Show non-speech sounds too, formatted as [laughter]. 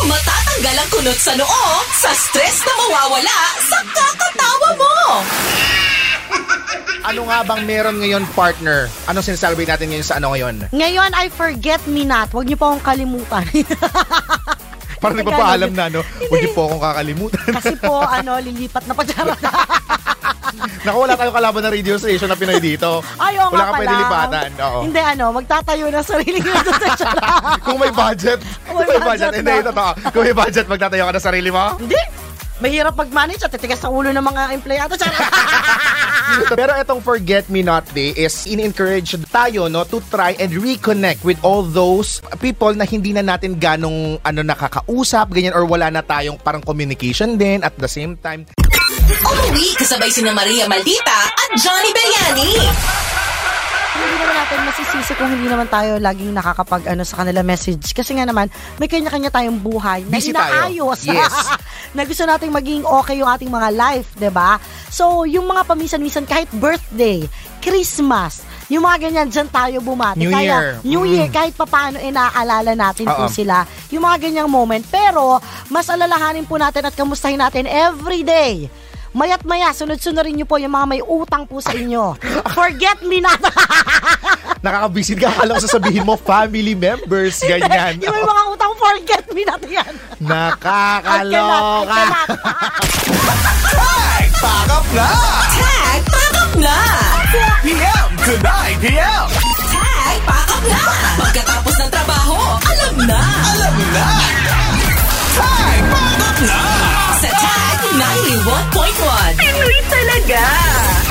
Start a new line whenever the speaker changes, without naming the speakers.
Tanggal ang kunot sa noo sa stress na mawawala sa kakatawa mo.
Ano nga bang meron ngayon, partner? Anong sineselebrate natin ngayon sa ano ngayon?
Ngayon, I forget me not. Huwag niyo po akong kalimutan. [laughs]
Parang di ba
Tagalog.
paalam na, no? Huwag niyo po akong kakalimutan. [laughs]
Kasi po, ano, lilipat na pa charot.
Naku, wala tayong kalaban na radio station na Pinoy dito. wala
Ayaw nga pala.
kang pwede lipatan. Oo.
Hindi, ano, magtatayo ng sarili niyo doon sa charot.
Kung may budget.
[laughs] Kung
Kung
may
may
budget
budget. Hindi,
na.
totoo. Kung may budget, magtatayo ka na sarili mo.
[laughs] Hindi. Mahirap mag-manage at titigas sa ulo ng mga empleyado. Charot. [laughs] Ah.
Pero itong Forget Me Not Day is in-encourage tayo no to try and reconnect with all those people na hindi na natin ganong ano nakakausap ganyan or wala na tayong parang communication din at the same time.
Umuwi kasabay sina Maria Maldita at Johnny Belliani.
hindi naman natin masisisi kung hindi naman tayo laging nakakapag ano sa kanila message. Kasi nga naman, may kanya-kanya tayong buhay na
Busy tayo.
inaayos.
Yes.
[laughs] na gusto nating maging okay yung ating mga life, 'di ba? So, yung mga pamisan-misan kahit birthday, Christmas, yung mga ganyan dyan tayo bumati.
New
Kaya,
Year.
New
Mm.
Year, kahit papaano inaalala natin
Oo.
po sila. Yung mga ganyang moment. Pero, mas alalahanin po natin at kamustahin natin every day. Mayat maya, sunod-sunod rin niyo po yung mga may utang po sa
[laughs]
inyo. Forget me not.
Nakakabisit ka akala ko sasabihin mo family members ganyan.
yung may mga utang, forget me not yan. I cannot, I
Nakakaloka.
cannot.
Pakap na!
Tag, pakap na!
4 p.m. to 9 p.m.
Tag, pakap na! Pagkatapos ng trabaho, alam na!
Alam na! Time! Pakap na!
Sa Tag 91.1. Pinoy talaga!